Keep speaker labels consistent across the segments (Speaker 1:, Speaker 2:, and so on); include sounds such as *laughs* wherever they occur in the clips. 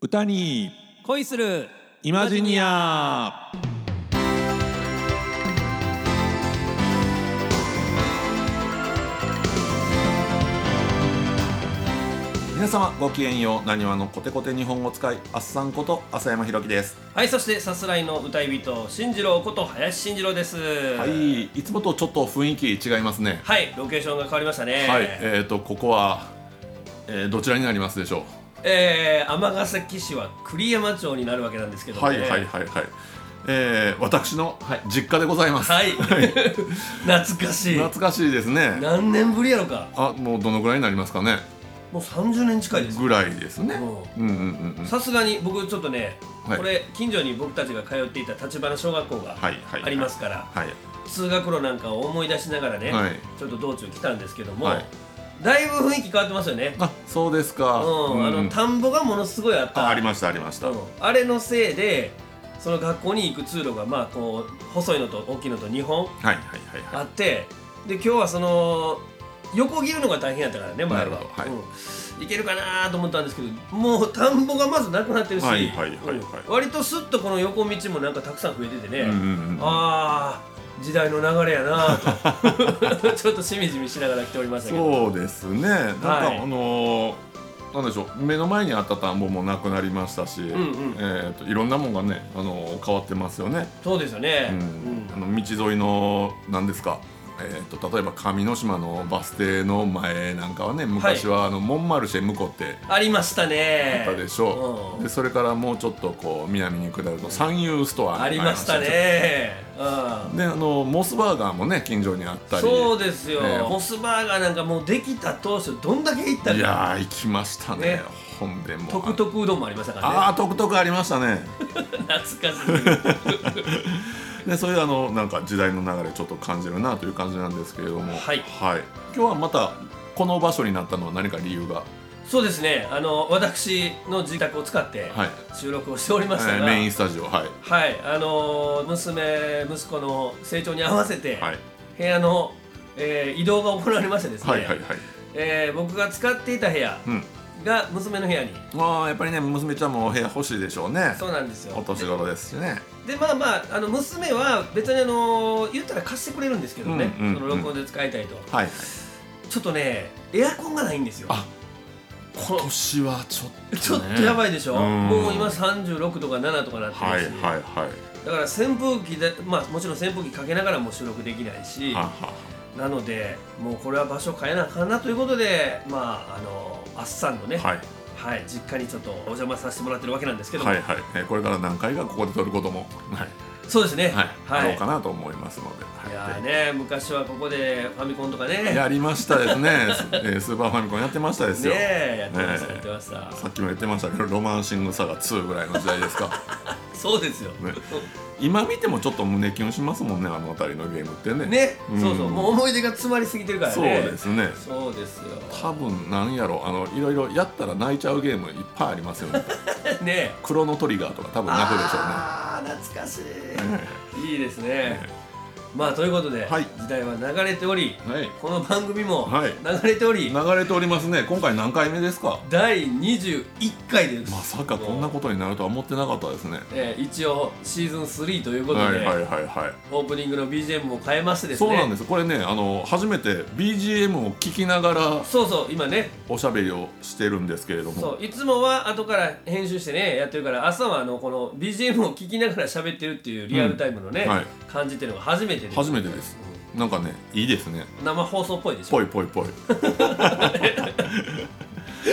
Speaker 1: 歌に
Speaker 2: 恋する
Speaker 1: イマジニア皆様ごきげんようなにわのコテコテ日本語使いあっさんこと浅山ひろきです
Speaker 2: はいそしてさすらいの歌い人進次郎こと林進次郎ですは
Speaker 1: はいいつもとちょっと雰囲気違いますね
Speaker 2: はいロケーションが変わりましたね
Speaker 1: はいえーとここは、えーどちらになりますでしょ
Speaker 2: えー尼、崎市は栗山町になるわけなんですけど
Speaker 1: う
Speaker 2: ね
Speaker 1: はいはいはいはいえー、私の実家でございます、
Speaker 2: *laughs* はい懐かしい
Speaker 1: 懐かしいですね
Speaker 2: 何年ぶりやろか
Speaker 1: あもうどのぐらいになりますかね
Speaker 2: もう30年近いです
Speaker 1: ぐらいですね
Speaker 2: も
Speaker 1: うんうんうんう
Speaker 2: うんさすがに僕ちょっとね、
Speaker 1: はい
Speaker 2: これ近所に僕たちが通っていた立花小学校が
Speaker 1: はいはい
Speaker 2: ありますから、
Speaker 1: はい
Speaker 2: 通学路なんかを思い出しながらね、
Speaker 1: はい
Speaker 2: ちょっと道中来たんですけども、
Speaker 1: はい
Speaker 2: だいぶ雰囲気変わってますよね
Speaker 1: あそうですか
Speaker 2: うん、あ
Speaker 1: う
Speaker 2: の
Speaker 1: ん
Speaker 2: 田んぼがものすごいあった
Speaker 1: あありましたありました
Speaker 2: うんあれのせいでその学校に行く通路がまあこう細いのと大きいのと2本
Speaker 1: はいはいはいは
Speaker 2: あってで今日はその横切るのが大変やったからね前は
Speaker 1: なるほどはい
Speaker 2: うん、行けるかなと思ったんですけどもう田んぼがまずなくなってるし、
Speaker 1: はいはいはいはい
Speaker 2: うん割とスッとこの横道もなんかたくさん増えてて
Speaker 1: い
Speaker 2: ね、
Speaker 1: うんうんうん
Speaker 2: ああ時代の流れやなと *laughs* ちょっとしみじみしながら来ておりましたけ
Speaker 1: そ
Speaker 2: ど
Speaker 1: うですねなんか、
Speaker 2: はい
Speaker 1: あのーなんでしょう目の前にあった田んぼもなくなりましたし、
Speaker 2: んうん
Speaker 1: えー、といろんなもんがね、あのー変わってますよね、
Speaker 2: そうですよね、
Speaker 1: う
Speaker 2: うんん
Speaker 1: あの道沿いの何ですか、えー、と例えば上之島のバス停の前なんかはね昔はあの、モンマルシェ向こうって
Speaker 2: ありましたね
Speaker 1: あったでしょう、
Speaker 2: うん
Speaker 1: でそれからもうちょっとこう南に下ると三遊ストア
Speaker 2: ありましたねうん
Speaker 1: であのモスバーガーもね近所にあったり
Speaker 2: そうですよ、
Speaker 1: ね
Speaker 2: モスバーガーなんかもうできた当初どんだけ行った
Speaker 1: い
Speaker 2: か
Speaker 1: やー行きましたね
Speaker 2: ね
Speaker 1: ほんでもう
Speaker 2: トクトクうどんもありましたからね
Speaker 1: ああ独特ありましたね
Speaker 2: 懐
Speaker 1: *laughs*
Speaker 2: かしい
Speaker 1: でそういうあのなんか時代の流れちょっと感じるなという感じなんですけれども
Speaker 2: はい
Speaker 1: 今日はまたこの場所になったのは何か理由が、
Speaker 2: そうですねあの私の自宅を使って
Speaker 1: はい
Speaker 2: 収録をしており
Speaker 1: え
Speaker 2: ました
Speaker 1: ー
Speaker 2: が、
Speaker 1: メインスタジオはい
Speaker 2: はいあの娘息子の成長に合わせて、
Speaker 1: はい
Speaker 2: 部屋の、えー移動が行われましてですね、
Speaker 1: はいはいはい
Speaker 2: えー僕が使っていた部屋
Speaker 1: うん
Speaker 2: が娘の部屋に、
Speaker 1: まあやっぱりね娘ちゃんもお部屋欲しいでしょうね
Speaker 2: そうなんですよ
Speaker 1: お年頃ですしね
Speaker 2: でまあまああの娘は別にあの言ったら貸してくれるんですけどね、
Speaker 1: うんうんうん
Speaker 2: その録音で使いたいと
Speaker 1: はいはい
Speaker 2: ちょっとねエアコンがないんですよ
Speaker 1: あ
Speaker 2: こ
Speaker 1: 今
Speaker 2: の
Speaker 1: 年はちょっと、ね、
Speaker 2: *laughs* ちょっとやばいでしょ、
Speaker 1: うん
Speaker 2: もう今36とか7とかなって
Speaker 1: は
Speaker 2: る
Speaker 1: い
Speaker 2: し、
Speaker 1: はいはい
Speaker 2: だから扇風機でまあもちろん扇風機かけながらも収録できないし
Speaker 1: はは
Speaker 2: なのでもうこれは場所変えなあかんなということでまああのあっさんのね、
Speaker 1: はい
Speaker 2: はい、実家にちょっとお邪魔させてもらってるわけなんですけども、
Speaker 1: はいはい、えーこれから何回かここで撮ることもはい、
Speaker 2: そうです
Speaker 1: は
Speaker 2: ね
Speaker 1: い
Speaker 2: は
Speaker 1: あ
Speaker 2: い
Speaker 1: ろうかなと思いますので、はい
Speaker 2: いやーね昔はここでファミコンとかね
Speaker 1: やりましたですね、すえースーパーファミコンやってましたですよ、
Speaker 2: ねえやってまし
Speaker 1: ね
Speaker 2: た、
Speaker 1: え
Speaker 2: やってました
Speaker 1: さっきも言ってましたけど「ロマンシングサガ2」ぐらいの時代ですか
Speaker 2: そうですよ
Speaker 1: ね今見てもちょっと胸キュンしますもんねあの辺りのゲームってね
Speaker 2: *laughs* ね、
Speaker 1: うん
Speaker 2: そうそうもう思い出が詰まりすぎてるからね
Speaker 1: そうですね
Speaker 2: そうですよ
Speaker 1: 多分なんやろあのいろいろやったら泣いちゃうゲームいっぱいありますよね
Speaker 2: ね
Speaker 1: クロノトリガーとか多分泣くでしょうね
Speaker 2: ああ懐かしいいいですねまあということで、
Speaker 1: はい
Speaker 2: 時代は流れており
Speaker 1: はい
Speaker 2: この番組も
Speaker 1: はい
Speaker 2: 流れており、
Speaker 1: 流れておりますね今回何回目ですか
Speaker 2: 第21回です
Speaker 1: まさかこんなことになるとは思ってなかったですね
Speaker 2: えー一応シーズン3ということで、
Speaker 1: はいはいはいはい
Speaker 2: オープニングの BGM も変えましてですね
Speaker 1: そうなんですこれねあの初めて BGM を聞きながら
Speaker 2: そうそう今ね
Speaker 1: おしゃべりをしてるんですけれども
Speaker 2: そういつもは後から編集してねやってるから朝はあのこの BGM を聞きながら喋ってるっていうリアルタイムのね、
Speaker 1: うんはい
Speaker 2: 感じっていうのが初めてです
Speaker 1: 初めてですなんかねいいですね
Speaker 2: うん生放送っぽいでしょ
Speaker 1: ぽいぽい
Speaker 2: *laughs*
Speaker 1: ぽい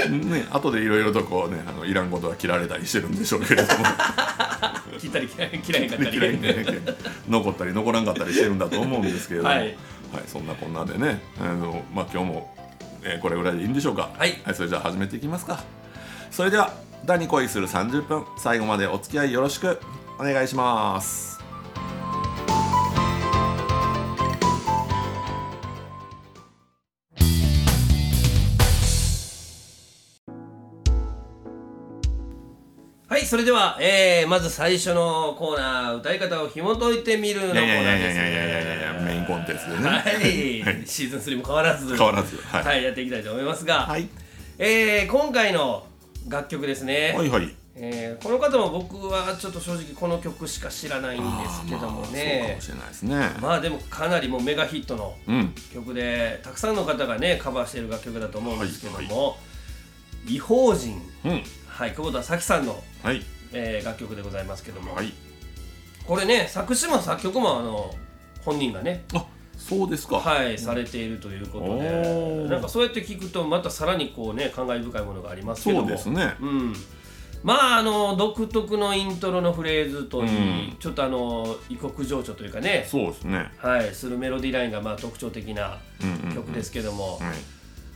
Speaker 1: ね後でいろいろとこうねあのいらんことは切られたりしてるんでしょうけれども
Speaker 2: 切ったり嫌い嫌いかったり
Speaker 1: 切られて残ったり残らんかったりしてるんだと思うんですけれども
Speaker 2: は
Speaker 1: はいい、そんなこんなでねあのまあ今日も、えーこれぐらいでいいんでしょうか
Speaker 2: はい
Speaker 1: それじゃあ始めていきますかそれでは歌に恋する30分最後までお付き合いよろしくお願いします
Speaker 2: はいそれでは、えーまず最初のコーナー歌い方を紐解いてみるのコー
Speaker 1: い
Speaker 2: ナ
Speaker 1: や
Speaker 2: ー
Speaker 1: いやいやいやい
Speaker 2: で
Speaker 1: やいや
Speaker 2: す
Speaker 1: いやいやメインコンテンツでね、
Speaker 2: はいシーズン3も変わらず
Speaker 1: 変わらずはい、
Speaker 2: はい、やっていきたいと思いますが、
Speaker 1: はい、
Speaker 2: えー今回の楽曲ですね、
Speaker 1: はいはい
Speaker 2: えーこの方も僕はちょっと正直この曲しか知らないんですけども
Speaker 1: あーまあそうか
Speaker 2: ね
Speaker 1: もしれないですね。
Speaker 2: まあでもかなりもうメガヒットの
Speaker 1: うん。
Speaker 2: 曲でたくさんの方がねカバーしている楽曲だと思うんですけど
Speaker 1: はい
Speaker 2: も、異邦人、
Speaker 1: うん。
Speaker 2: はい、久保田咲さんの、
Speaker 1: はい。
Speaker 2: えー楽曲でございますけども、
Speaker 1: はい。
Speaker 2: これね作詞も作曲もあの本人がね
Speaker 1: あ、そうですか。
Speaker 2: はい、されているということ
Speaker 1: お
Speaker 2: で
Speaker 1: ー
Speaker 2: なんかそうやって聞くとまたさらにこうね感慨深いものがありますけど
Speaker 1: そう
Speaker 2: も
Speaker 1: ですね。
Speaker 2: うん、まああの独特のイントロのフレーズといい、
Speaker 1: うん
Speaker 2: ちょっとあの異国情緒というかね、
Speaker 1: そうですね。
Speaker 2: はい、するメロディーラインがまあ特徴的な
Speaker 1: うんうん、うん。。
Speaker 2: 曲ですすけども、
Speaker 1: はい。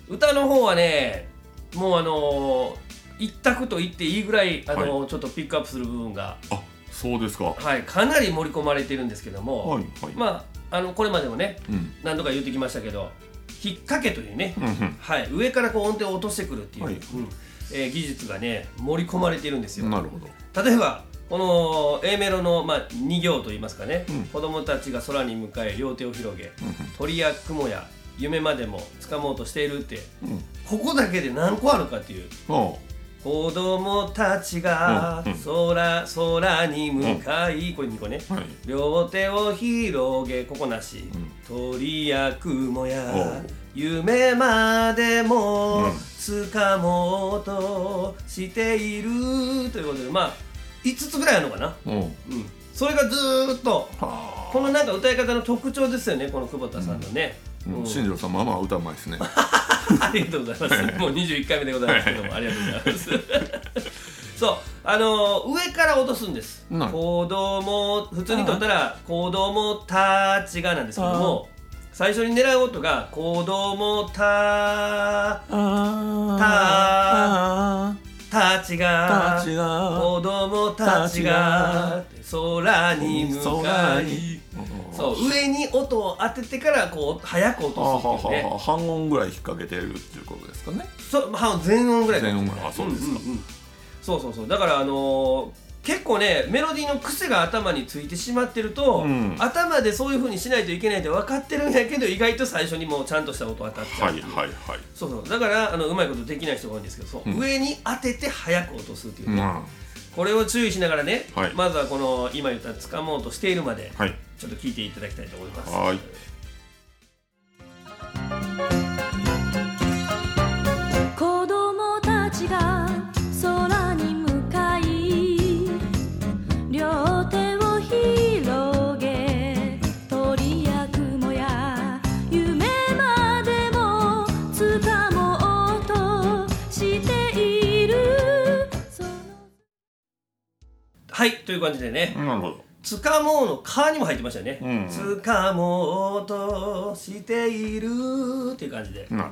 Speaker 2: 歌の方はねもうあの一択と言っていいぐらいあの、ちょっとピックアップする部分が、
Speaker 1: あ、そうですか。は
Speaker 2: はい、かなり盛り込まれてるんですけど
Speaker 1: い
Speaker 2: も、
Speaker 1: はい。
Speaker 2: まああのこれまでもね
Speaker 1: うん。
Speaker 2: 何度か言ってきましたけど引っ掛けというね、
Speaker 1: うんうん。
Speaker 2: はい、上からこう音程を落としてくるっていう、
Speaker 1: はい
Speaker 2: うんえー技術がね盛り込まれているんですよ。
Speaker 1: なるほど。
Speaker 2: 例えばこの A メロの、まあ、2行といいますかね、
Speaker 1: うん
Speaker 2: 子供たちが空に向かえ両手を広げ
Speaker 1: う
Speaker 2: 鳥や雲や夢までも掴もうとしているって
Speaker 1: んうん。
Speaker 2: ここだけで何個あるかっていう
Speaker 1: あ
Speaker 2: 子供たちが
Speaker 1: うんうん
Speaker 2: 空空に向かい、これ2個ね
Speaker 1: あ。はい。
Speaker 2: 両手を広げここなし、
Speaker 1: うん
Speaker 2: 鳥や雲や
Speaker 1: おう
Speaker 2: 夢まで
Speaker 1: う
Speaker 2: も
Speaker 1: ん
Speaker 2: 掴もうとしているということでまあ5つぐらいあるのかな、
Speaker 1: うん。は
Speaker 2: うん、それがずーっと
Speaker 1: あ。
Speaker 2: このなんか歌い方の特徴ですよねこの久保田さんのね、
Speaker 1: う
Speaker 2: うん
Speaker 1: ん、新庄さん、まあまあ歌うまいですね。
Speaker 2: *laughs* ありがとうございます。もう21回目でございますけども、ありがとうございます。 *laughs* そう、あのー上から落とすんです。
Speaker 1: うん。
Speaker 2: 子供、普通にとったら、子供たちがなんですけども、最初に狙う音が、子供た、
Speaker 3: あ
Speaker 2: た
Speaker 3: あ
Speaker 2: ちが
Speaker 3: た、ちが
Speaker 2: 子供たちが、空に向か
Speaker 3: 空
Speaker 2: い。
Speaker 3: に
Speaker 2: そうう、上に音を当ててから、こう、早く落
Speaker 1: あはは
Speaker 2: とすっていうね。
Speaker 1: は半音ぐらい引っ掛けてるっていうことですかね。
Speaker 2: そう、まあ、全音ぐらい。
Speaker 1: 全音ぐらい。あ、そうですか。
Speaker 2: んんんそうそうそうだからあのー結構ねメロディーの癖が頭についてしまってると、
Speaker 1: うん
Speaker 2: 頭でそういう風にしないといけないって分かってるんやけど意外と最初にもうちゃんとした音当たっちゃう、
Speaker 1: はいはいはい。
Speaker 2: そうそうだからあのうまいことできない人が多いんですけどそう、
Speaker 1: うん
Speaker 2: 上に当てて早く落とすっていう
Speaker 1: う
Speaker 2: ね、
Speaker 1: ん。は
Speaker 2: これを注意しながらね、
Speaker 1: はい
Speaker 2: まずはこの今言った掴もうとしているまで
Speaker 1: い。
Speaker 2: ちょっと聞いていただきたいと思います。
Speaker 1: はい。
Speaker 4: 子供たちが空に向かい両手を広げ鳥や雲や夢までも掴もうとしているその
Speaker 2: はいという感じでね、
Speaker 1: なるほど。
Speaker 2: つかもうの「か」にも入ってましたよね。
Speaker 1: うん
Speaker 2: つかもうとしているっていう感じで、
Speaker 1: な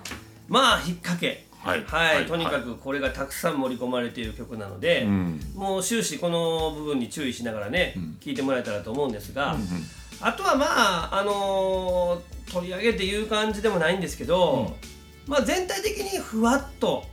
Speaker 2: まあ引っ掛け
Speaker 1: はいはい
Speaker 2: とにかくこれがたくさん盛り込まれている曲なので、
Speaker 1: うん。
Speaker 2: もう終始この部分に注意しながらね、
Speaker 1: ん
Speaker 2: 聞いてもらえたらと思うんですが、
Speaker 1: うん
Speaker 2: あとはまああのー取り上げて言う感じでもないんですけど、まあ全体的にふわっと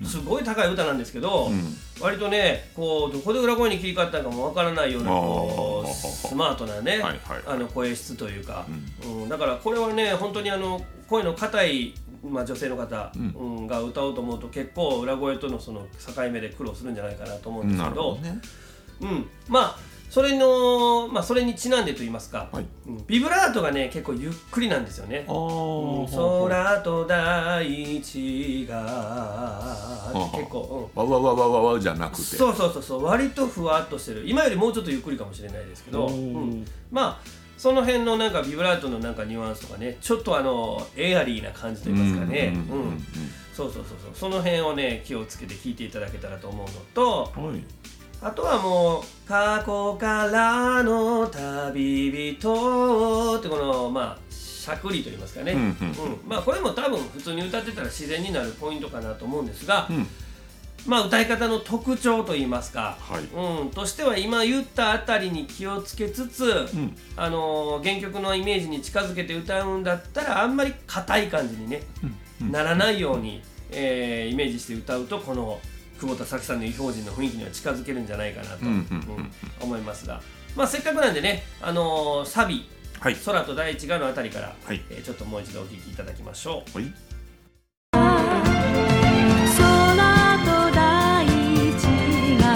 Speaker 1: うん
Speaker 2: すごい高い歌なんですけど、
Speaker 1: うん
Speaker 2: 割とねこうどこで裏声に切り替わったのかもわからないような
Speaker 1: あー
Speaker 2: こうスマートなね、
Speaker 1: はいはい
Speaker 2: あの声質というか、うんだからこれはね本当にあの声の硬い、まあ、女性の方、
Speaker 1: うん
Speaker 2: うんが歌おうと思うと結構裏声とのその境目で苦労するんじゃないかなと思う
Speaker 1: うん
Speaker 2: で
Speaker 1: ん。
Speaker 2: す
Speaker 1: な
Speaker 2: け
Speaker 1: る
Speaker 2: ど
Speaker 1: ほどね。
Speaker 2: うん、まあそれの、まあ、それにちなんでと言いますか、
Speaker 1: はい
Speaker 2: うんビブラートがね結構ゆっくりなんですよね。
Speaker 1: あ
Speaker 2: うん
Speaker 1: あ。
Speaker 2: 空と大地
Speaker 1: ほ
Speaker 2: が
Speaker 1: うほう
Speaker 2: 結構、うん、
Speaker 1: わわわわわわじゃなくて。
Speaker 2: そうそうそうそう割とふわっとしてる今よりもうちょっとゆっくりかもしれないですけど、
Speaker 1: お
Speaker 2: う
Speaker 1: ー
Speaker 2: ん、まあその辺のなんかビブラートのなんかニュアンスとかねちょっとあのエアリーな感じと言いますかね
Speaker 1: うんうんうん
Speaker 2: うんそうそうそうそうその辺をね気をつけて聞いていただけたらと思うのと
Speaker 1: うん。はい。
Speaker 2: あとはもう「過去からの旅人」ってこのまあしゃくりと言いますかね、
Speaker 1: うんうん
Speaker 2: うんまあこれも多分普通に歌ってたら自然になるポイントかなと思うんですが、
Speaker 1: うん。
Speaker 2: まあ歌い方の特徴と言いますか、
Speaker 1: はい。
Speaker 2: うん、としては今言ったあたりに気をつけつつ、
Speaker 1: うん。
Speaker 2: あのー原曲のイメージに近づけて歌うんだったらあんまり硬い感じにね、
Speaker 1: うん
Speaker 2: ならないように、えーイメージして歌うとこの久保田咲さんの異表人の雰囲気には近づけるんじゃないかな
Speaker 1: う
Speaker 2: と、
Speaker 1: んうんうん
Speaker 2: 思いますが、まあ、せっかくなんでね、あのーサビ
Speaker 1: はい
Speaker 2: 「空と大地が」のあたりから、
Speaker 1: はい
Speaker 2: えーちょっともう一度お聴きいただきましょう。
Speaker 1: はい。
Speaker 4: 空と大地が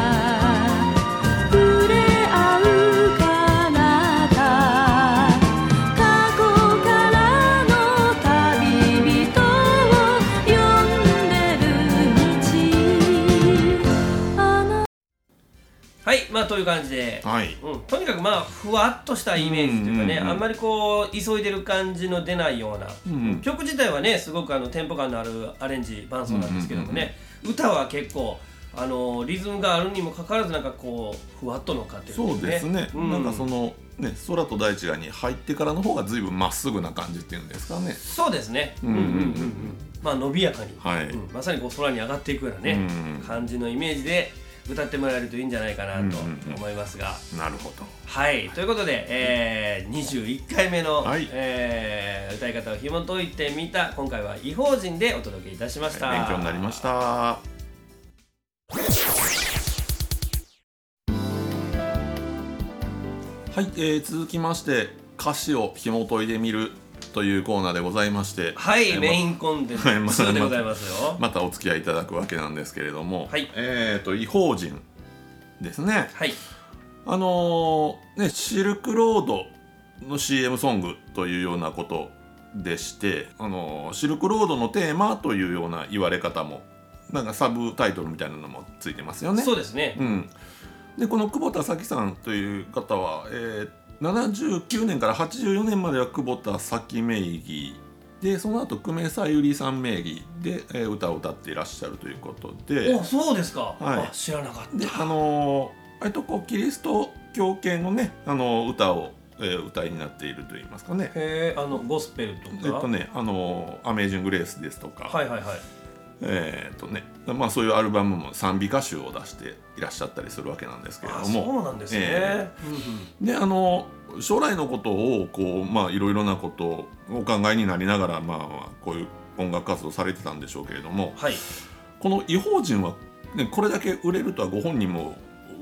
Speaker 2: はいまあという感じで、
Speaker 1: はい
Speaker 2: うん、とにかくまあふわっとしたイメージというかね、
Speaker 1: うんうんうん
Speaker 2: あんまりこう急いでる感じの出ないような、
Speaker 1: うんうん
Speaker 2: 曲自体はねすごくあのテンポ感のあるアレンジ伴奏なんですけどもね、歌は結構あのリズムがあるにもかかわらずなんかこうふわっと乗っかってる
Speaker 1: そうですね、
Speaker 2: うん
Speaker 1: なんかそのね空と大地がに入ってからの方が随分まっすぐな感じっていうんですかね
Speaker 2: そうですねう
Speaker 1: うんん
Speaker 2: う
Speaker 1: うんんう
Speaker 2: う
Speaker 1: んん
Speaker 2: うんまあ伸びやかに、
Speaker 1: はい
Speaker 2: うんまさにこう空に上がっていくような
Speaker 1: う
Speaker 2: ね、
Speaker 1: ん
Speaker 2: 感じのイメージで歌ってもらえるといいんじゃないかなと
Speaker 1: うんうんうん
Speaker 2: 思いますが、
Speaker 1: なるほど
Speaker 2: はいということで、えー、21回目の、
Speaker 1: はい
Speaker 2: えー歌い方を紐解いてみた今回は「異邦人」でお届けいたしました、
Speaker 1: 勉強になりましたはい、えー続きまして歌詞を紐解いてみるというコーナーでございまして
Speaker 2: はい、
Speaker 1: えーま
Speaker 2: メインコンテンツ
Speaker 1: はいまあ
Speaker 2: でございますよ、
Speaker 1: また *laughs* お付き合いいただくわけなんですけれども、
Speaker 2: はい
Speaker 1: えーと「異邦人」ですね
Speaker 2: はい
Speaker 1: あのーね、シルクロードの CM ソングというようなことでして、あのーシルクロードのテーマというような言われ方もなんかサブタイトルみたいなのもついてますよね。
Speaker 2: そうですね、
Speaker 1: うん、でこの久保田早紀さんという方は、えー79年から84年までは久保田早紀名義でその後久米さゆりさん名義で、えー歌を歌っていらっしゃるということで。
Speaker 2: おそうですか、
Speaker 1: はい
Speaker 2: あ知らなかっ
Speaker 1: で
Speaker 2: た
Speaker 1: あのー割とこうキリスト教系のね、あのー歌を、えー歌いになっているといいますかね。
Speaker 2: へえあのゴスペルとか、
Speaker 1: えっとね、あのーアメージング・グレース」ですとか、
Speaker 2: はいはいはい
Speaker 1: えーっとねまあ、そういうアルバムも賛美歌集を出していらっしゃったりするわけなんですけれ
Speaker 2: あ
Speaker 1: ど
Speaker 2: そ
Speaker 1: も
Speaker 2: うなんですね、
Speaker 1: え
Speaker 2: うんうん
Speaker 1: で、あのー将来のことをこう、まあ、いろいろなことをお考えになりながら、まあまあ、こういう音楽活動されてたんでしょうけれども
Speaker 2: はい
Speaker 1: この「異邦人は、ね」これだけ売れるとはご本人も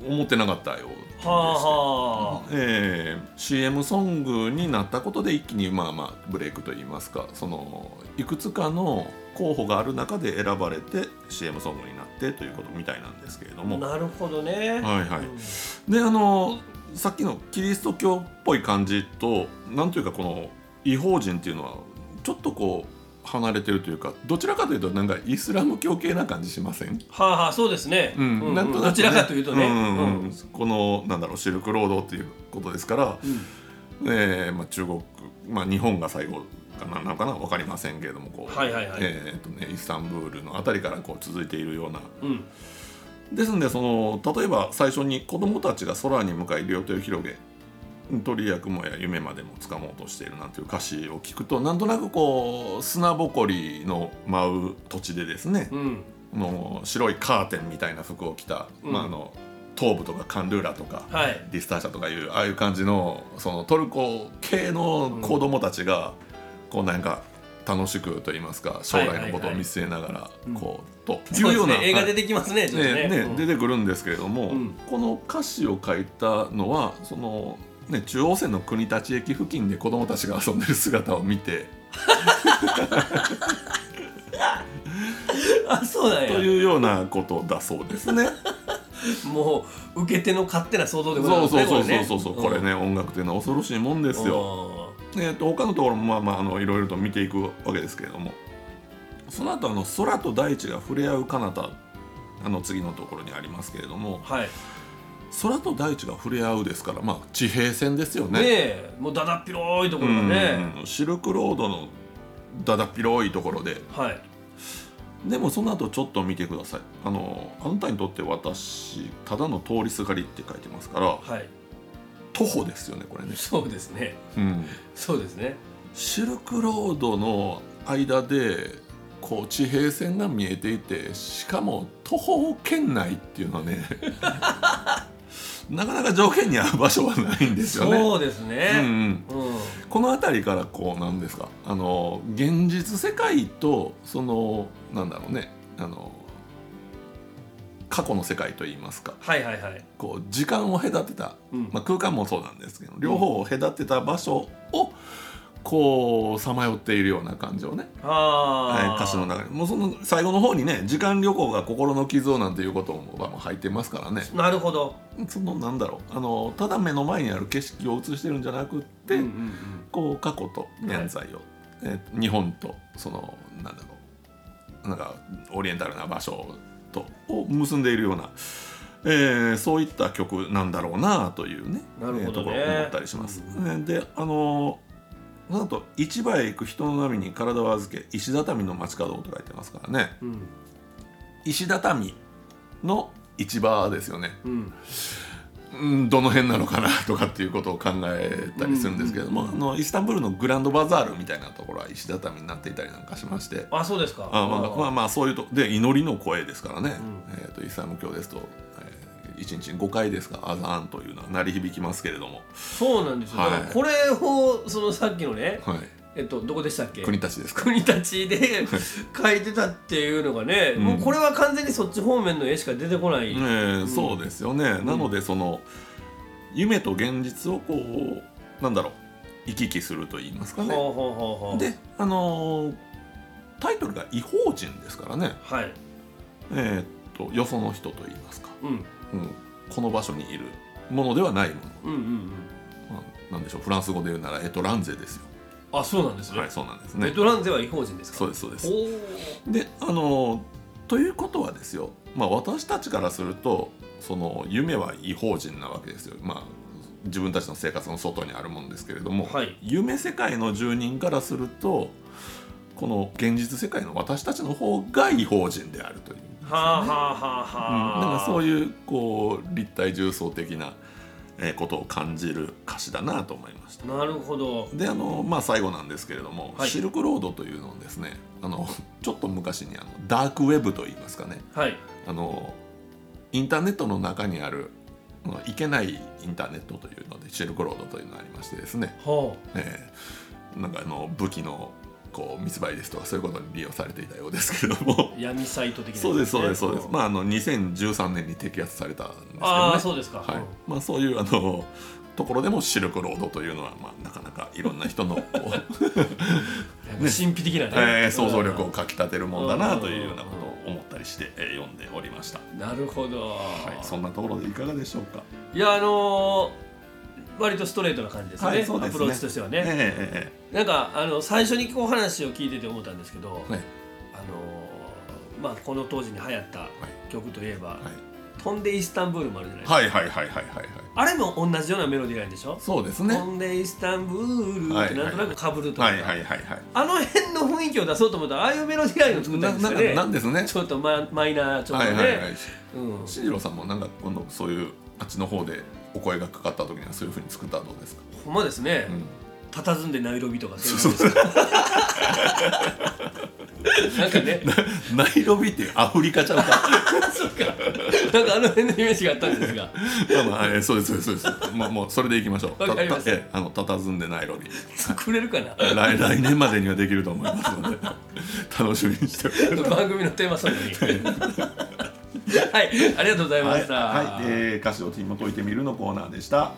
Speaker 1: 思ってなかったようです
Speaker 2: はあはあ、
Speaker 1: えー CM ソングになったことで一気にまあまあブレイクといいますかそのいくつかの候補がある中で選ばれて CM ソングになってということみたいなんですけれどもは
Speaker 2: なるほどね、
Speaker 1: いは
Speaker 2: うん
Speaker 1: いであのさっきのキリスト教っぽい感じとなんというかこの異邦人っていうのはちょっとこう離れてるというかどちらかというとなんかイスラム教系な感じしません
Speaker 2: はあはあそうですね、
Speaker 1: うん
Speaker 2: うん
Speaker 1: なんとなくね
Speaker 2: どちらかというとね、
Speaker 1: うん
Speaker 2: う
Speaker 1: うん
Speaker 2: ん
Speaker 1: このなんだろうシルクロードっていうことですから、えーまあ、中国、まあ、日本が最後かななのかな分かりませんけれどもこう、
Speaker 2: はいはいはい
Speaker 1: えーとね、イスタンブールの辺りからこう続いているような
Speaker 2: うん
Speaker 1: ですんでその例えば最初に子供たちが空に向かい両手を広げ鳥や雲や夢までもつかもうとしているなんていう歌詞を聞くとなんとなくこう砂ぼこりの舞う土地でですね、
Speaker 2: うん
Speaker 1: の白いカーテンみたいな服を着た、
Speaker 2: うん
Speaker 1: まあ、あの東部とかカンドゥーラとか、
Speaker 2: はい
Speaker 1: ディスターシャとかいうああいう感じのそのトルコ系の子供たちが、こうなんか楽しくと言いますか将来のことを見据えながら、
Speaker 2: いはい
Speaker 1: こうとい
Speaker 2: そうう
Speaker 1: よ
Speaker 2: よ
Speaker 1: う
Speaker 2: う
Speaker 1: な、
Speaker 2: な、ね、映画出
Speaker 1: て
Speaker 2: てきますねちょっとね
Speaker 1: ねね
Speaker 2: うん
Speaker 1: 出てくるんですけれども、
Speaker 2: うん
Speaker 1: この歌詞を書いたのはその、ね、中央線の国立駅付近で子供たちが遊んでる姿を見て。
Speaker 2: あそうなんや
Speaker 1: というようなことだそうですね。
Speaker 2: もう受け手の勝手な想像でござい
Speaker 1: そ
Speaker 2: ま
Speaker 1: う
Speaker 2: す
Speaker 1: そう
Speaker 2: ね
Speaker 1: そうそうそうそうこれ
Speaker 2: ね
Speaker 1: ね音楽というのは恐ろしいもんですよ。
Speaker 2: よ
Speaker 1: えー、と他のところもまあまああのいろいろと見ていくわけですけれどもその後あの空と大地が触れ合う彼方あの次のところにありますけれども
Speaker 2: はい
Speaker 1: 空と大地が触れ合うですからまあ地平線ですよ
Speaker 2: ね
Speaker 1: ね。
Speaker 2: えもうだだっ広いところがね
Speaker 1: うんうんシルクロードのだだっ広いところで
Speaker 2: はい
Speaker 1: でもその後ちょっと見てくださいあのあなたにとって私ただの通りすがりって書いてますから
Speaker 2: はい
Speaker 1: 徒歩ですよねこれね、
Speaker 2: そうですね
Speaker 1: うん、
Speaker 2: そうですね
Speaker 1: シルクロードの間でこう地平線が見えていてしかも徒歩圏内っていうのはね *laughs* なかなか条件に合う場所はないんですよね。
Speaker 2: そうです
Speaker 1: うん
Speaker 2: ね
Speaker 1: うん
Speaker 2: うん、
Speaker 1: この辺りからこうなんですかあの現実世界とそのなんだろうねあの過去の世界といいますか
Speaker 2: はいはいはい
Speaker 1: こう時間を隔てた
Speaker 2: うん
Speaker 1: まあ、空間もそうなんですけど両方を隔てた場所をこうさまよっているような感じをね、え
Speaker 2: あ
Speaker 1: ー
Speaker 2: あ
Speaker 1: 歌詞の中にもうその最後の方にね「時間旅行が心の傷を」なんていうこともまあ入ってますからね
Speaker 2: なるほど
Speaker 1: そのなんだろうあのただ目の前にある景色を映してるんじゃなくって、
Speaker 2: うんうん
Speaker 1: こう過去と現在を、えー日本とそのなんだろうなんかオリエンタルな場所とを結んでいるようなえーそういった曲なんだろうなというね
Speaker 2: なるほど
Speaker 1: えーとこ
Speaker 2: ね
Speaker 1: ろを思ったりします。えーであのーなんと「市場へ行く人の波に体を預け石畳の街角」と書いてますからね
Speaker 2: うん
Speaker 1: 石畳の市場ですよね。
Speaker 2: うん
Speaker 1: うんどの辺なのかなとかっていうことを考えたりするんですけども、
Speaker 2: うん
Speaker 1: あのイスタンブールのグランドバザールみたいなところは石畳になっていたりなんかしまして
Speaker 2: あそうですか
Speaker 1: あまあまあまあそういうとで祈りの声ですからね、
Speaker 2: うん
Speaker 1: えー、とイスラム教ですと、え1日に5回ですかアザーンというのは鳴り響きますけれども、
Speaker 2: そうなんですよ、
Speaker 1: はい
Speaker 2: だからこれをそのさっきのね
Speaker 1: は
Speaker 2: えっとどこでしたっけ
Speaker 1: い、国立ですか
Speaker 2: 国立で書いてたっていうのがね、
Speaker 1: うん
Speaker 2: もうこれは完全にそっち方面の絵しか出てこない、
Speaker 1: えーそうですよね、なのでその夢と現実をこうなんだろう行き来すると言いますか
Speaker 2: ほう
Speaker 1: ね。
Speaker 2: ほうほうほう
Speaker 1: であのータイトルが「異邦人」ですからね。
Speaker 2: はい
Speaker 1: えーっとよその人といいますか、
Speaker 2: うん
Speaker 1: うん、この場所にいるものではないも
Speaker 2: うんうんうん
Speaker 1: の、まあなんでしょうフランス語で言うならエトランゼですよ
Speaker 2: あそうなんですね、
Speaker 1: はいそうなんです
Speaker 2: ベ
Speaker 1: ね
Speaker 2: トランゼは違法人ですか
Speaker 1: そうですそうです
Speaker 2: おお
Speaker 1: であのーということはですよ、まあ、私たちからするとその夢は異邦人なわけですよまあ自分たちの生活の外にあるもんですけれども、
Speaker 2: はい
Speaker 1: 夢世界の住人からするとこの現実世界の私たちの方が異邦人であるという
Speaker 2: はあはあ
Speaker 1: うん、
Speaker 2: はあ
Speaker 1: なん
Speaker 2: は
Speaker 1: か
Speaker 2: あ、
Speaker 1: そう
Speaker 2: い
Speaker 1: いうこう立体重層的なえーことを感じる歌詞だなと思いました。
Speaker 2: なるほど
Speaker 1: であのまあ最後なんですけれども、
Speaker 2: はい
Speaker 1: シルクロードというのをですねあのちょっと昔にあのダークウェブといいますかね
Speaker 2: はい
Speaker 1: あのインターネットの中にあるあのいけないインターネットというのでシルクロードというのがありましてですね、
Speaker 2: は
Speaker 1: えーなんかあの武器のこう密売ですとかそういうことに利用されていたようですけれども
Speaker 2: あ闇サイト的な、
Speaker 1: そうですそうですそうです。
Speaker 2: あ
Speaker 1: まああの2013年に摘発されたんですけどね。
Speaker 2: あーそうですか、
Speaker 1: はい。まあそういうあのところでもシルクロードというのはまあなかなかいろんな人
Speaker 2: *laughs*
Speaker 1: のこう、
Speaker 2: うん神秘的なね、
Speaker 1: えー想像力をかきたてるもんだなというようなことを思ったりして、えー読んでおりました。
Speaker 2: うんなるほど、
Speaker 1: はい。そんなところでいかがでしょうか。
Speaker 2: いやあのー割とストレートな感じですね,、
Speaker 1: はいそうですね
Speaker 2: アプローチとしては
Speaker 1: え
Speaker 2: ね、
Speaker 1: え
Speaker 2: なんかあの最初にこう話を聞いてて思ったんですけど、
Speaker 1: ええええはい
Speaker 2: あのーまあ、この当時に流行った曲といえば「飛んでイスタンブール」もあるじゃないですか、
Speaker 1: はいはいはいはいはいはい。
Speaker 2: あれも同じようなメロディーラインでしょ
Speaker 1: そうです
Speaker 2: 「
Speaker 1: ね。
Speaker 2: 飛んでイスタンブール」ってなんとなくかぶるとか、
Speaker 1: はいはいはいはい。
Speaker 2: あの辺の雰囲気を出そうと思ったらああいうメロディーラインを作った
Speaker 1: なん
Speaker 2: ですよ
Speaker 1: な
Speaker 2: ね
Speaker 1: なんですね。
Speaker 2: ちょっとママイナーちょっ
Speaker 1: は
Speaker 2: と
Speaker 1: い
Speaker 2: ね、
Speaker 1: はいはい。
Speaker 2: うん、
Speaker 1: 新次郎さんもなんか今度そういうあっちの方でお声がかかった時にはそういうふうに作ったらどうですか、
Speaker 2: ほんまですね、
Speaker 1: うん
Speaker 2: 佇んでナイロビとかそういうのです *laughs* なんか
Speaker 1: *laughs*
Speaker 2: ね
Speaker 1: ナイロビってアフリカちゃうか
Speaker 2: そうか *laughs* なんかあの辺のイメージがあったんですが
Speaker 1: まあまあ、えーそうですそうですそうですまあもうそれでいきましょう
Speaker 2: わかりまし
Speaker 1: たた
Speaker 2: た
Speaker 1: えーあの佇んでナイロビ
Speaker 2: 作れるかな
Speaker 1: 来来年までにはできると思いますので楽しみにしております
Speaker 2: 番組のテーマソング
Speaker 1: *laughs*
Speaker 2: にはいありがとうございま
Speaker 1: はい、
Speaker 2: した、
Speaker 1: はいえー歌詞を紐解いてみるのコーナーでした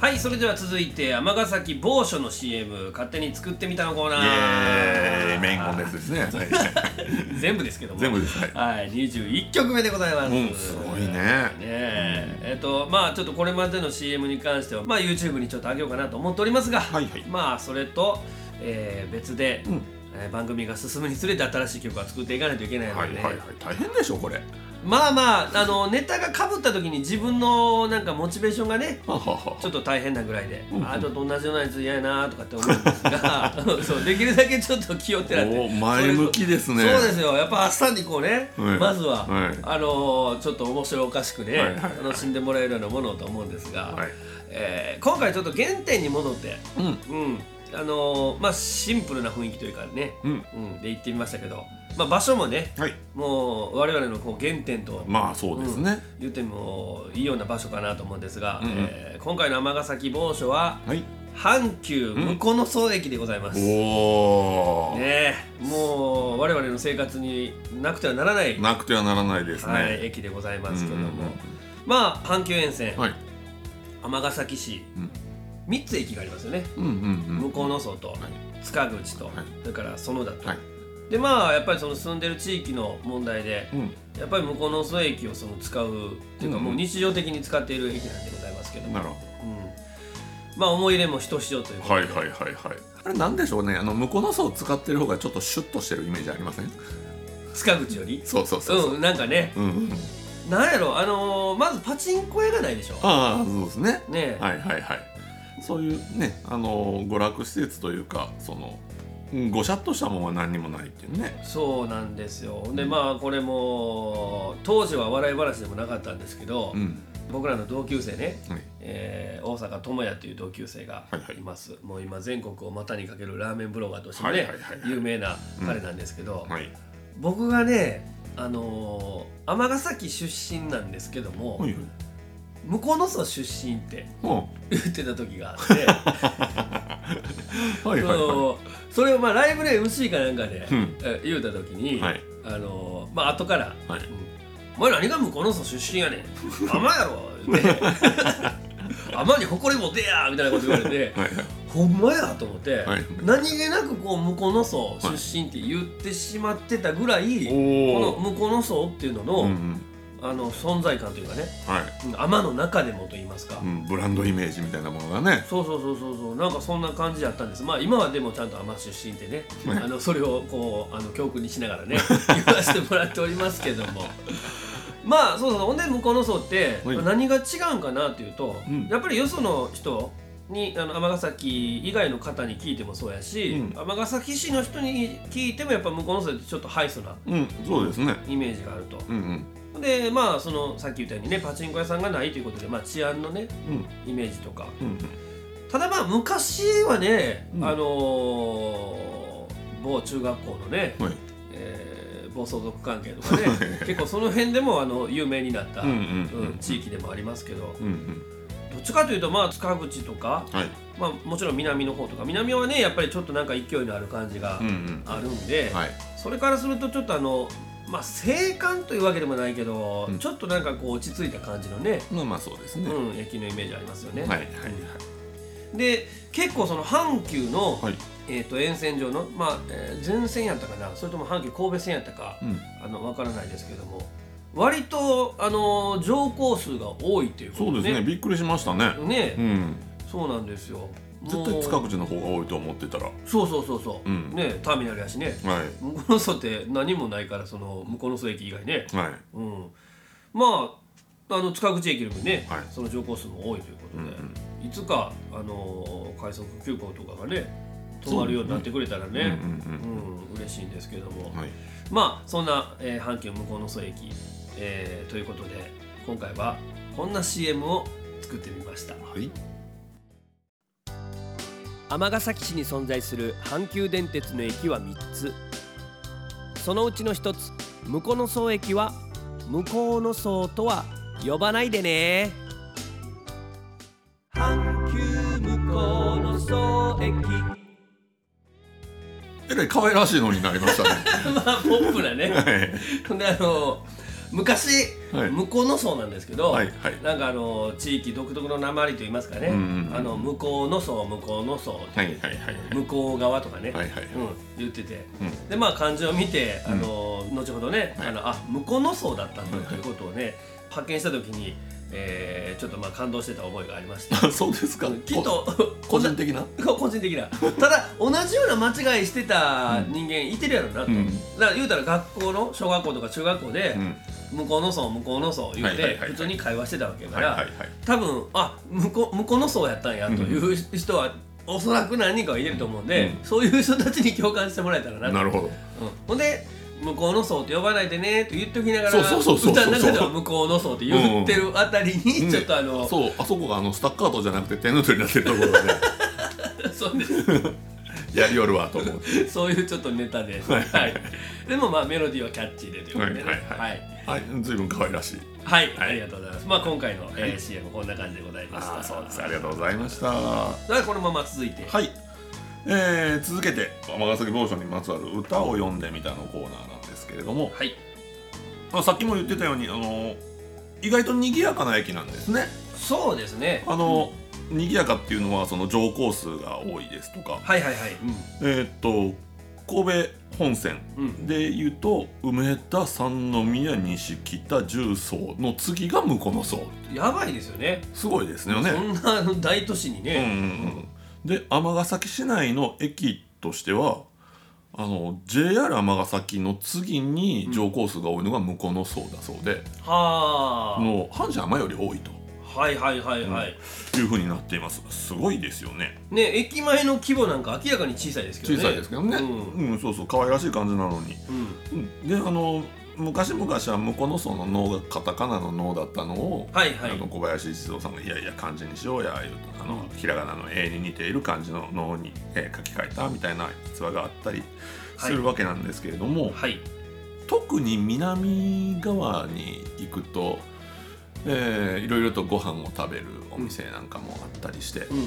Speaker 2: はいそれでは続いて尼崎某所の CM 勝手に作ってみたのコー
Speaker 1: イ
Speaker 2: ナ
Speaker 1: エー
Speaker 2: ー
Speaker 1: イメインコンテンツですね、はい、
Speaker 2: 全部ですけども
Speaker 1: 全部ですはい
Speaker 2: はい21曲目でございます、
Speaker 1: うんすごいね
Speaker 2: ねええっとまあちょっとこれまでの CM に関してはまあ YouTube にちょっと上げようかなと思っておりますが、
Speaker 1: はいはい
Speaker 2: まあそれと、えー別で、
Speaker 1: うん
Speaker 2: えー番組が進むにつれて新しい曲は作っていかないといけないの
Speaker 1: は
Speaker 2: で
Speaker 1: い
Speaker 2: ね、
Speaker 1: はいはい大変でしょこれは
Speaker 2: まあまああのネタがかぶった時に自分のなんかモチベーションがね
Speaker 1: はは
Speaker 2: ちょっと大変なぐらいで、
Speaker 1: うん
Speaker 2: あちょっと同じようなやつ嫌やなとかって思うんです
Speaker 1: *laughs*
Speaker 2: がそうできるだけちょっと気をってらって
Speaker 1: お前向きですね
Speaker 2: そうですよやっぱあっさりこうね、
Speaker 1: はい
Speaker 2: まずは、
Speaker 1: はい
Speaker 2: あのーちょっと面白おかしくね、
Speaker 1: はいはいはい
Speaker 2: 楽しんでもらえるようなものをと思うんですが、
Speaker 1: はい
Speaker 2: えー今回ちょっと原点に戻って、
Speaker 1: うん
Speaker 2: うんあのーまあ、シンプルな雰囲気というかね、
Speaker 1: うん
Speaker 2: うん、で行ってみましたけど、まあ、場所もね
Speaker 1: はい
Speaker 2: もう我々のこう原点と
Speaker 1: まあそうですね、
Speaker 2: 言ってもいいような場所かなと思うんですが、
Speaker 1: うんうん
Speaker 2: えー今回の尼崎某所は
Speaker 1: はい
Speaker 2: 阪急向野荘駅でございます。
Speaker 1: おお、
Speaker 2: ねえもう我々の生活になくてはならない、
Speaker 1: なくてはならないですね、
Speaker 2: はい、駅でございますけども、
Speaker 1: うんうんうん
Speaker 2: まあ阪急沿線
Speaker 1: はい。
Speaker 2: 尼、崎市
Speaker 1: うん
Speaker 2: 3つ駅がありますよね、
Speaker 1: うんうんうん。
Speaker 2: 向こうの荘と塚口と、
Speaker 1: い
Speaker 2: それから園田と、
Speaker 1: はい
Speaker 2: でまあやっぱりその住んでる地域の問題で
Speaker 1: うん。
Speaker 2: やっぱり向こうの荘駅をその使うっていうか、
Speaker 1: うんうん
Speaker 2: もう日常的に使っている駅なんでございますけども、
Speaker 1: なるほ
Speaker 2: うんまあ思い入れもひとしおという
Speaker 1: ど。
Speaker 2: こと
Speaker 1: はい
Speaker 2: で
Speaker 1: はいはいはい。あれなんでしょうねあの向こうの層を使ってる方がちょっとシュッとしてるイメージありません
Speaker 2: 塚口より
Speaker 1: そうそうそうそう
Speaker 2: うんなんかね
Speaker 1: うん、うん、
Speaker 2: なんやろあのーまずパチンコ屋がないでしょ
Speaker 1: ああそうですね
Speaker 2: ねえ、
Speaker 1: はいはいはいそういうねあの娯楽施設というかそのうんごしゃっとしたもんは何にもないっていうね
Speaker 2: そうなんですよでまあこれも当時は笑い話でもなかったんですけど、
Speaker 1: うん
Speaker 2: 僕らの同級生ね、
Speaker 1: はい
Speaker 2: えー大阪智也という同級生が
Speaker 1: はいはい
Speaker 2: います、もう今全国を股にかけるラーメンブロガーとしてね、
Speaker 1: はいはいはいはい
Speaker 2: 有名な彼なんですけど、
Speaker 1: はい
Speaker 2: 僕がねあのー尼崎出身なんですけども、
Speaker 1: はい
Speaker 2: 向こうの層出身って
Speaker 1: は
Speaker 2: 言ってた時
Speaker 1: *laughs*
Speaker 2: があって、
Speaker 1: いはいはい
Speaker 2: そのそれをまあライブで MC かなんかで、
Speaker 1: うん
Speaker 2: え言うた時に、
Speaker 1: はい
Speaker 2: あのーまあ後から
Speaker 1: はい
Speaker 2: 「お前何が向こうの人出身やねん」「甘やろ」言
Speaker 1: *laughs*
Speaker 2: って「甘に誇り持てや」みたいなこと言
Speaker 1: *laughs*
Speaker 2: われて
Speaker 1: はいはい
Speaker 2: 「ほんまや」と思って、
Speaker 1: はい
Speaker 2: 何気なくこう向こうの層出身って言ってしまってたぐらい、この
Speaker 1: おお
Speaker 2: 向こうの層っていうのの,、
Speaker 1: うんうん
Speaker 2: あの存在感というかね
Speaker 1: はい
Speaker 2: うん甘の中でもと言いますか、
Speaker 1: うんブランドイメージみたいなものがね
Speaker 2: そうそうそうそうそうなんかそんな感じだったんですまあ今はでもちゃんと天出身でね
Speaker 1: はい
Speaker 2: あのそれをこうあの教訓にしながら
Speaker 1: *laughs*
Speaker 2: ね言わせてもらっておりますけどもまあそうそうほんで向こうの層って
Speaker 1: はい
Speaker 2: 何が違うんかなっていうと、
Speaker 1: うん
Speaker 2: やっぱりよその人にあの尼崎以外の方に聞いてもそうやし
Speaker 1: うん
Speaker 2: 尼、崎市の人に聞いてもやっぱ向こうの層ってちょっとハイソな
Speaker 1: うんそうですね
Speaker 2: イメージがあると。
Speaker 1: うんうん
Speaker 2: でまあそのさっき言ったようにねパチンコ屋さんがないということで、まあ、治安のね
Speaker 1: うん
Speaker 2: イメージとか
Speaker 1: うん
Speaker 2: ただまあ昔はね、
Speaker 1: うん
Speaker 2: あのー某中学校のね、
Speaker 1: はい
Speaker 2: えー、暴走族関係
Speaker 1: *laughs*
Speaker 2: とかね結構その辺でもあの有名になった、
Speaker 1: うんうんうん
Speaker 2: うん地域でもありますけど
Speaker 1: うんうん
Speaker 2: どっちかというとまあ塚口とか、
Speaker 1: はい
Speaker 2: まあ、もちろん南の方とか南はねやっぱりちょっとなんか勢いのある感じが
Speaker 1: うんうん
Speaker 2: あるんで、
Speaker 1: はい
Speaker 2: それからするとちょっとあの。まあ、静観というわけでもないけど、
Speaker 1: うん
Speaker 2: ちょっとなんかこう落ち着いた感じのね、
Speaker 1: まあまあそうですねは
Speaker 2: うん、駅のイメージありますよね。
Speaker 1: いはいはい
Speaker 2: で結構その阪急の、
Speaker 1: はい
Speaker 2: えー、と沿線上の、まあえー前線やったかなそれとも阪急神戸線やったか
Speaker 1: うん
Speaker 2: あの分からないですけども割と、あのー乗降数が多いっていうこ
Speaker 1: そ
Speaker 2: と
Speaker 1: うですねびっくりしましたね
Speaker 2: ねね
Speaker 1: うん
Speaker 2: そうなんですよ
Speaker 1: 絶
Speaker 2: も
Speaker 1: 対
Speaker 2: う
Speaker 1: 塚口の方が多いと思ってたらは
Speaker 2: そうそうそうそう、
Speaker 1: うん
Speaker 2: ねターミナルやしね
Speaker 1: い
Speaker 2: 向こうの層って何もないからその向こうの層駅以外ね、
Speaker 1: はい
Speaker 2: うん、まああの塚口駅よりもね、
Speaker 1: はい
Speaker 2: その乗降数も多いということ
Speaker 1: う
Speaker 2: で
Speaker 1: ん、うん
Speaker 2: いつか、あのー快速急行とかがね止まるようになってくれたらね
Speaker 1: うんうん
Speaker 2: う、ん、嬉しいんですけども、
Speaker 1: うんはい
Speaker 2: まあそんな、えー、阪急向こうの曽駅、えーということで今回はこんな CM を作ってみました
Speaker 1: はい
Speaker 2: 尼崎市に存在する阪急電鉄の駅は3つそのうちの1つ向こうの層駅は向こうの層とは呼ばないでね阪急向こうの層駅
Speaker 1: えらい可愛らしいのになりま
Speaker 2: *laughs*
Speaker 1: したね
Speaker 2: *laughs* まあポップなね
Speaker 1: はい
Speaker 2: ほん *laughs* であの昔、
Speaker 1: はい
Speaker 2: 向こうの層なんですけど、
Speaker 1: はいはい
Speaker 2: なんかあの地域独特の鉛といいますかね、
Speaker 1: うんうん
Speaker 2: あの向こうの層向こうの層、
Speaker 1: はいはいはいはい
Speaker 2: 向こう側とかね、
Speaker 1: はいはい
Speaker 2: うん、言ってて、
Speaker 1: うん
Speaker 2: でまあ漢字を見てあの、後ほどね、
Speaker 1: はい
Speaker 2: あのあ向こうの層だったんだ
Speaker 1: はいはい
Speaker 2: ということをね発見した時に、えーちょっとまあ感動してた覚えがありまして
Speaker 1: あそうですか
Speaker 2: きっと *laughs*
Speaker 1: こ個人的な
Speaker 2: 個人的なただ同じような間違いしてた人間いてるやろなと、
Speaker 1: うん
Speaker 2: だから言うたら学校の小学校とか中学校で
Speaker 1: うん
Speaker 2: 向こうの層向こうの層言う
Speaker 1: はいはい
Speaker 2: て
Speaker 1: はいはい
Speaker 2: 普通に会話してたわけだか
Speaker 1: はいはい
Speaker 2: ら
Speaker 1: はい
Speaker 2: 多分あ向こう向こうの層やったんやという人はおそらく何人かはいてると思うんで
Speaker 1: う
Speaker 2: そういう人たちに共感してもらえたらなと
Speaker 1: なるほど
Speaker 2: うんほんで向こうの層って呼ばないでねと言っておきながら
Speaker 1: そうそうそうそうそう
Speaker 2: 歌の中では向こうの層って言ってるあたりにちょっとあの、
Speaker 1: そうあそこがあのスタッカートじゃなくて手縫いになってるところで
Speaker 2: そうです
Speaker 1: やりよるわと思って
Speaker 2: *laughs* そういうちょっとネタで、
Speaker 1: はい
Speaker 2: はい、でもまあメロディーはキャッチーでということで、ね、
Speaker 1: はいはい
Speaker 2: は、
Speaker 1: はい *laughs* はい *laughs* 随分可愛らしい
Speaker 2: はい
Speaker 1: はい
Speaker 2: ありがとうございます。まあ今回の、えー
Speaker 1: はい
Speaker 2: CM こんな感じでございました。
Speaker 1: ああそうですありがとうございましたは
Speaker 2: だからこのまま続いて、
Speaker 1: い、えー、続けて尼崎某所にまつわる歌を読んでみたのコーナーなんですけれども、
Speaker 2: はい、
Speaker 1: まあ、さっきも言ってたようにあの意外と賑やかな駅なんですね
Speaker 2: そうですね。
Speaker 1: あの、賑やかっていうのはその乗降数が多いですとか、
Speaker 2: はいはいはい。
Speaker 1: えーっと神戸本線
Speaker 2: うんうん。
Speaker 1: でいうと梅田三宮西北十層の次が向こうの層
Speaker 2: やばいですよね。
Speaker 1: すごいですよね
Speaker 2: そんなあの大都市に
Speaker 1: うんうん
Speaker 2: ね、
Speaker 1: うんで尼崎市内の駅としてはあの JR 尼崎の次に乗降数が多いのが向こうの層だそうで、
Speaker 2: はあ、
Speaker 1: もう阪神尼より多いと
Speaker 2: はいはいはいはい、
Speaker 1: いうふうになっていますすごいですよね
Speaker 2: ね駅前の規模なんか明らかに小さいですけど
Speaker 1: 小
Speaker 2: ね
Speaker 1: さいですけどね、
Speaker 2: うん
Speaker 1: うんそうそう可愛らしい感じなのに、
Speaker 2: うん
Speaker 1: うんであの昔々は向こうの層の脳がカタカナの脳だったのを、
Speaker 2: はいはい
Speaker 1: あの小林一三さんが「いやいや漢字にしようや」言うとあのひらがなの「A」に似ている漢字の「脳に、えー書き換えたみたいな逸話があったりするわけなんですけれども、
Speaker 2: はい
Speaker 1: 特に南側に行くと、えーいろいろとご飯を食べるお店なんかもあったりして
Speaker 2: う、んうん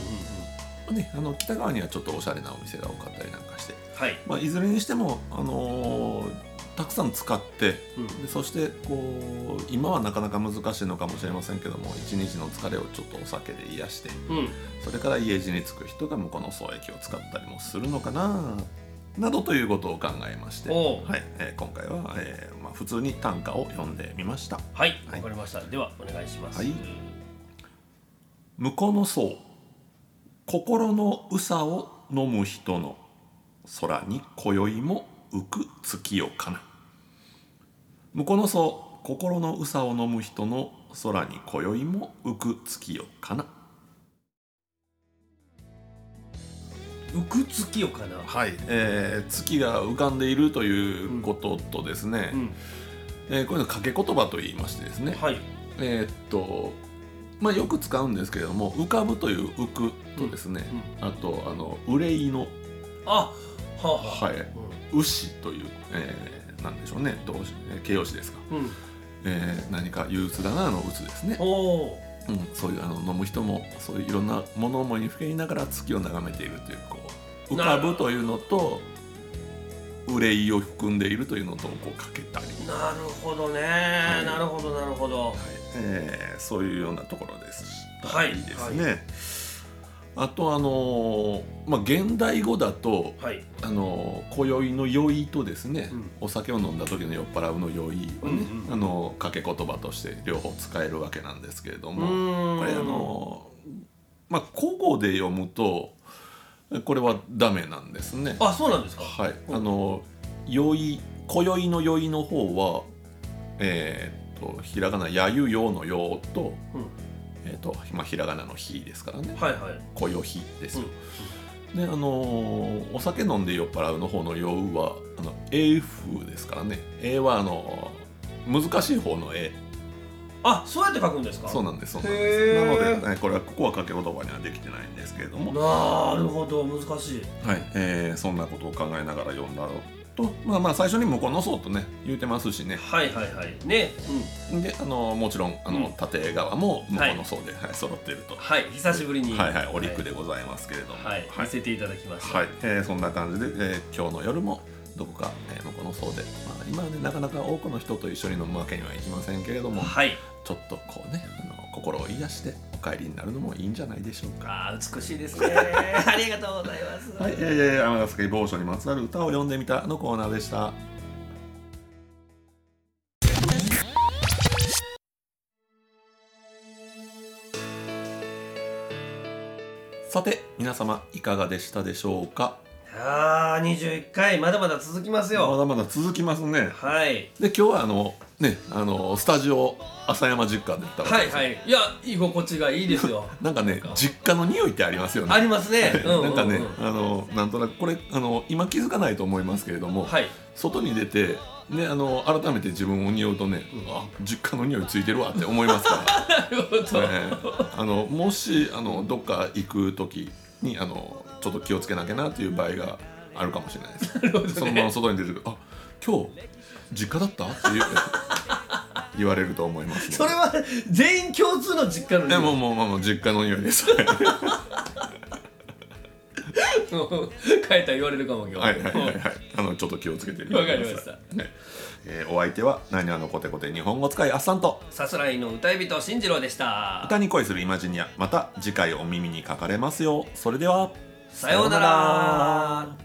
Speaker 2: うん
Speaker 1: ね、あの北側にはちょっとおしゃれなお店が多かったりなんかして、
Speaker 2: はい
Speaker 1: まあ、いずれにしても、あのーたくさん使って
Speaker 2: うん
Speaker 1: でそしてこう今はなかなか難しいのかもしれませんけども一日の疲れをちょっとお酒で癒して
Speaker 2: うん
Speaker 1: それから家路に着く人が向こうの総駅を使ったりもするのかななどということを考えまして、
Speaker 2: おう
Speaker 1: はいえー今回は、えーまあ、普通に短歌を読んでみました
Speaker 2: はいわ、
Speaker 1: はい
Speaker 2: かりましたではお願いします、
Speaker 1: はい「向こうの層心のうさを飲む人の空に今宵も浮く月夜かな」「向こうの層心のうさを飲む人の空に今宵も浮く月夜かな」
Speaker 2: 浮く月夜かな
Speaker 1: はい、えー月が浮かんでいるということとですね、
Speaker 2: うん
Speaker 1: えーこういうの掛け言葉と言いましてですね、
Speaker 2: はい
Speaker 1: えーっとまあよく使うんですけれども浮かぶという浮くとですね、あとあの憂いの
Speaker 2: あはあはあ、
Speaker 1: はい牛という、えーなんでしょうね動詞、えー形容詞ですか、
Speaker 2: うん、うん、
Speaker 1: えー何か憂鬱だなの鬱ですね、
Speaker 2: おお
Speaker 1: うん、そういうあの飲む人もそういういろんなものを思いにふけりながら月を眺めているというこう浮かぶというのと憂いを含んでいるというのとをこうかけたり、
Speaker 2: なるほどね、
Speaker 1: い
Speaker 2: なるほどなるほど
Speaker 1: えーそういうようなところですした
Speaker 2: はい
Speaker 1: いですね。あとあのーまあ、現代語だと
Speaker 2: はい
Speaker 1: あの今宵の酔いとですね、
Speaker 2: うん
Speaker 1: お酒を飲んだ時の酔っ払うの酔いはね、
Speaker 2: うんうん
Speaker 1: あの掛け言葉として両方使えるわけなんですけれど
Speaker 2: う
Speaker 1: も、
Speaker 2: ーん
Speaker 1: これあのまあ古語で読むとこれはダメなんですね。
Speaker 2: あそうなんですか
Speaker 1: はい、
Speaker 2: うん
Speaker 1: あの酔い今宵の酔いの方はえーっとひらがな「やゆよ」の「よ」と,、
Speaker 2: うん
Speaker 1: えーっとまあ、ひらがなの「ひ」ですからね
Speaker 2: はいはい
Speaker 1: 小よひですよ。であのーお酒飲んで酔っ払うの方の酔うはあの A 風ですからね A はあのー難しい方の A
Speaker 2: あそうやって書くんですか
Speaker 1: そう
Speaker 2: な
Speaker 1: なんですそうなんで
Speaker 2: へ
Speaker 1: すなの
Speaker 2: ー
Speaker 1: で、ねこれはここは掛け言葉にはできてないんですけれども、
Speaker 2: るほど難しい
Speaker 1: はいえーそんなことを考えながら読んだのとまあまあ最初に向こうの層とね言うてますしね
Speaker 2: はいはいはいねうん
Speaker 1: であのーもちろんあの、
Speaker 2: うん
Speaker 1: 縦側も向こうの層で、はい揃っていると、
Speaker 2: はい久しぶりに
Speaker 1: はいはいお陸でございますけれども、
Speaker 2: はい見せていただきました
Speaker 1: はい、えーそんな感じで、えー今日の夜もどこか、えー向こうの層で、まあ、今はねなかなか多くの人と一緒に飲むわけにはいきませんけれども
Speaker 2: はい
Speaker 1: ちょっとこうねあの心を癒してお帰りになるのもいいんじゃないでしょうか。
Speaker 2: あー美しいです
Speaker 1: *laughs*
Speaker 2: ねありがとうございます
Speaker 1: はい、えー、天崎某所にまつわる歌を読んでみたのコーナーでした。さて皆様いかがでしたでしょうか。
Speaker 2: あー21回まだまだ続きます
Speaker 1: ま
Speaker 2: よ
Speaker 1: だまだ続きますね。
Speaker 2: はい
Speaker 1: で今日はあのねあのスタジオ浅山実家で行ったわけ
Speaker 2: は
Speaker 1: で
Speaker 2: い
Speaker 1: すよ
Speaker 2: はいいや居心地がいいですよ
Speaker 1: なんかね
Speaker 2: なんか
Speaker 1: 実家の匂いって *laughs* ありますよ
Speaker 2: あ
Speaker 1: ね
Speaker 2: りますねううう
Speaker 1: なんかねあのなんとなくこれあの今気づかないと思いますけれども、
Speaker 2: はい *laughs*
Speaker 1: 外に出てねあの改めて自分を匂うとね、あ実家の匂いついてるわって思いますか
Speaker 2: なるほど
Speaker 1: ら、ね、あのもしあのどっか行く時にあのちょっと気をつけなきゃなっていう場合があるかもしれないです。そのまま外に出てくるあ今日実家だったっていう言われると思いますので
Speaker 2: それは全員共通の実家の
Speaker 1: えもう
Speaker 2: う
Speaker 1: もうもうもう実家の匂いです
Speaker 2: *laughs* 変えたら言われるかも今日
Speaker 1: はいはいはいはいあのちょっと気をつけてみてくだ
Speaker 2: *laughs* わ
Speaker 1: さ
Speaker 2: か
Speaker 1: い
Speaker 2: りました
Speaker 1: ねえーお相手はなにわのコテコテ日本語使いあっさんと
Speaker 2: さすらいの歌い人進次郎でした
Speaker 1: 歌に恋するイマジニアまた次回お耳にかかれますようそれでは
Speaker 2: さようなら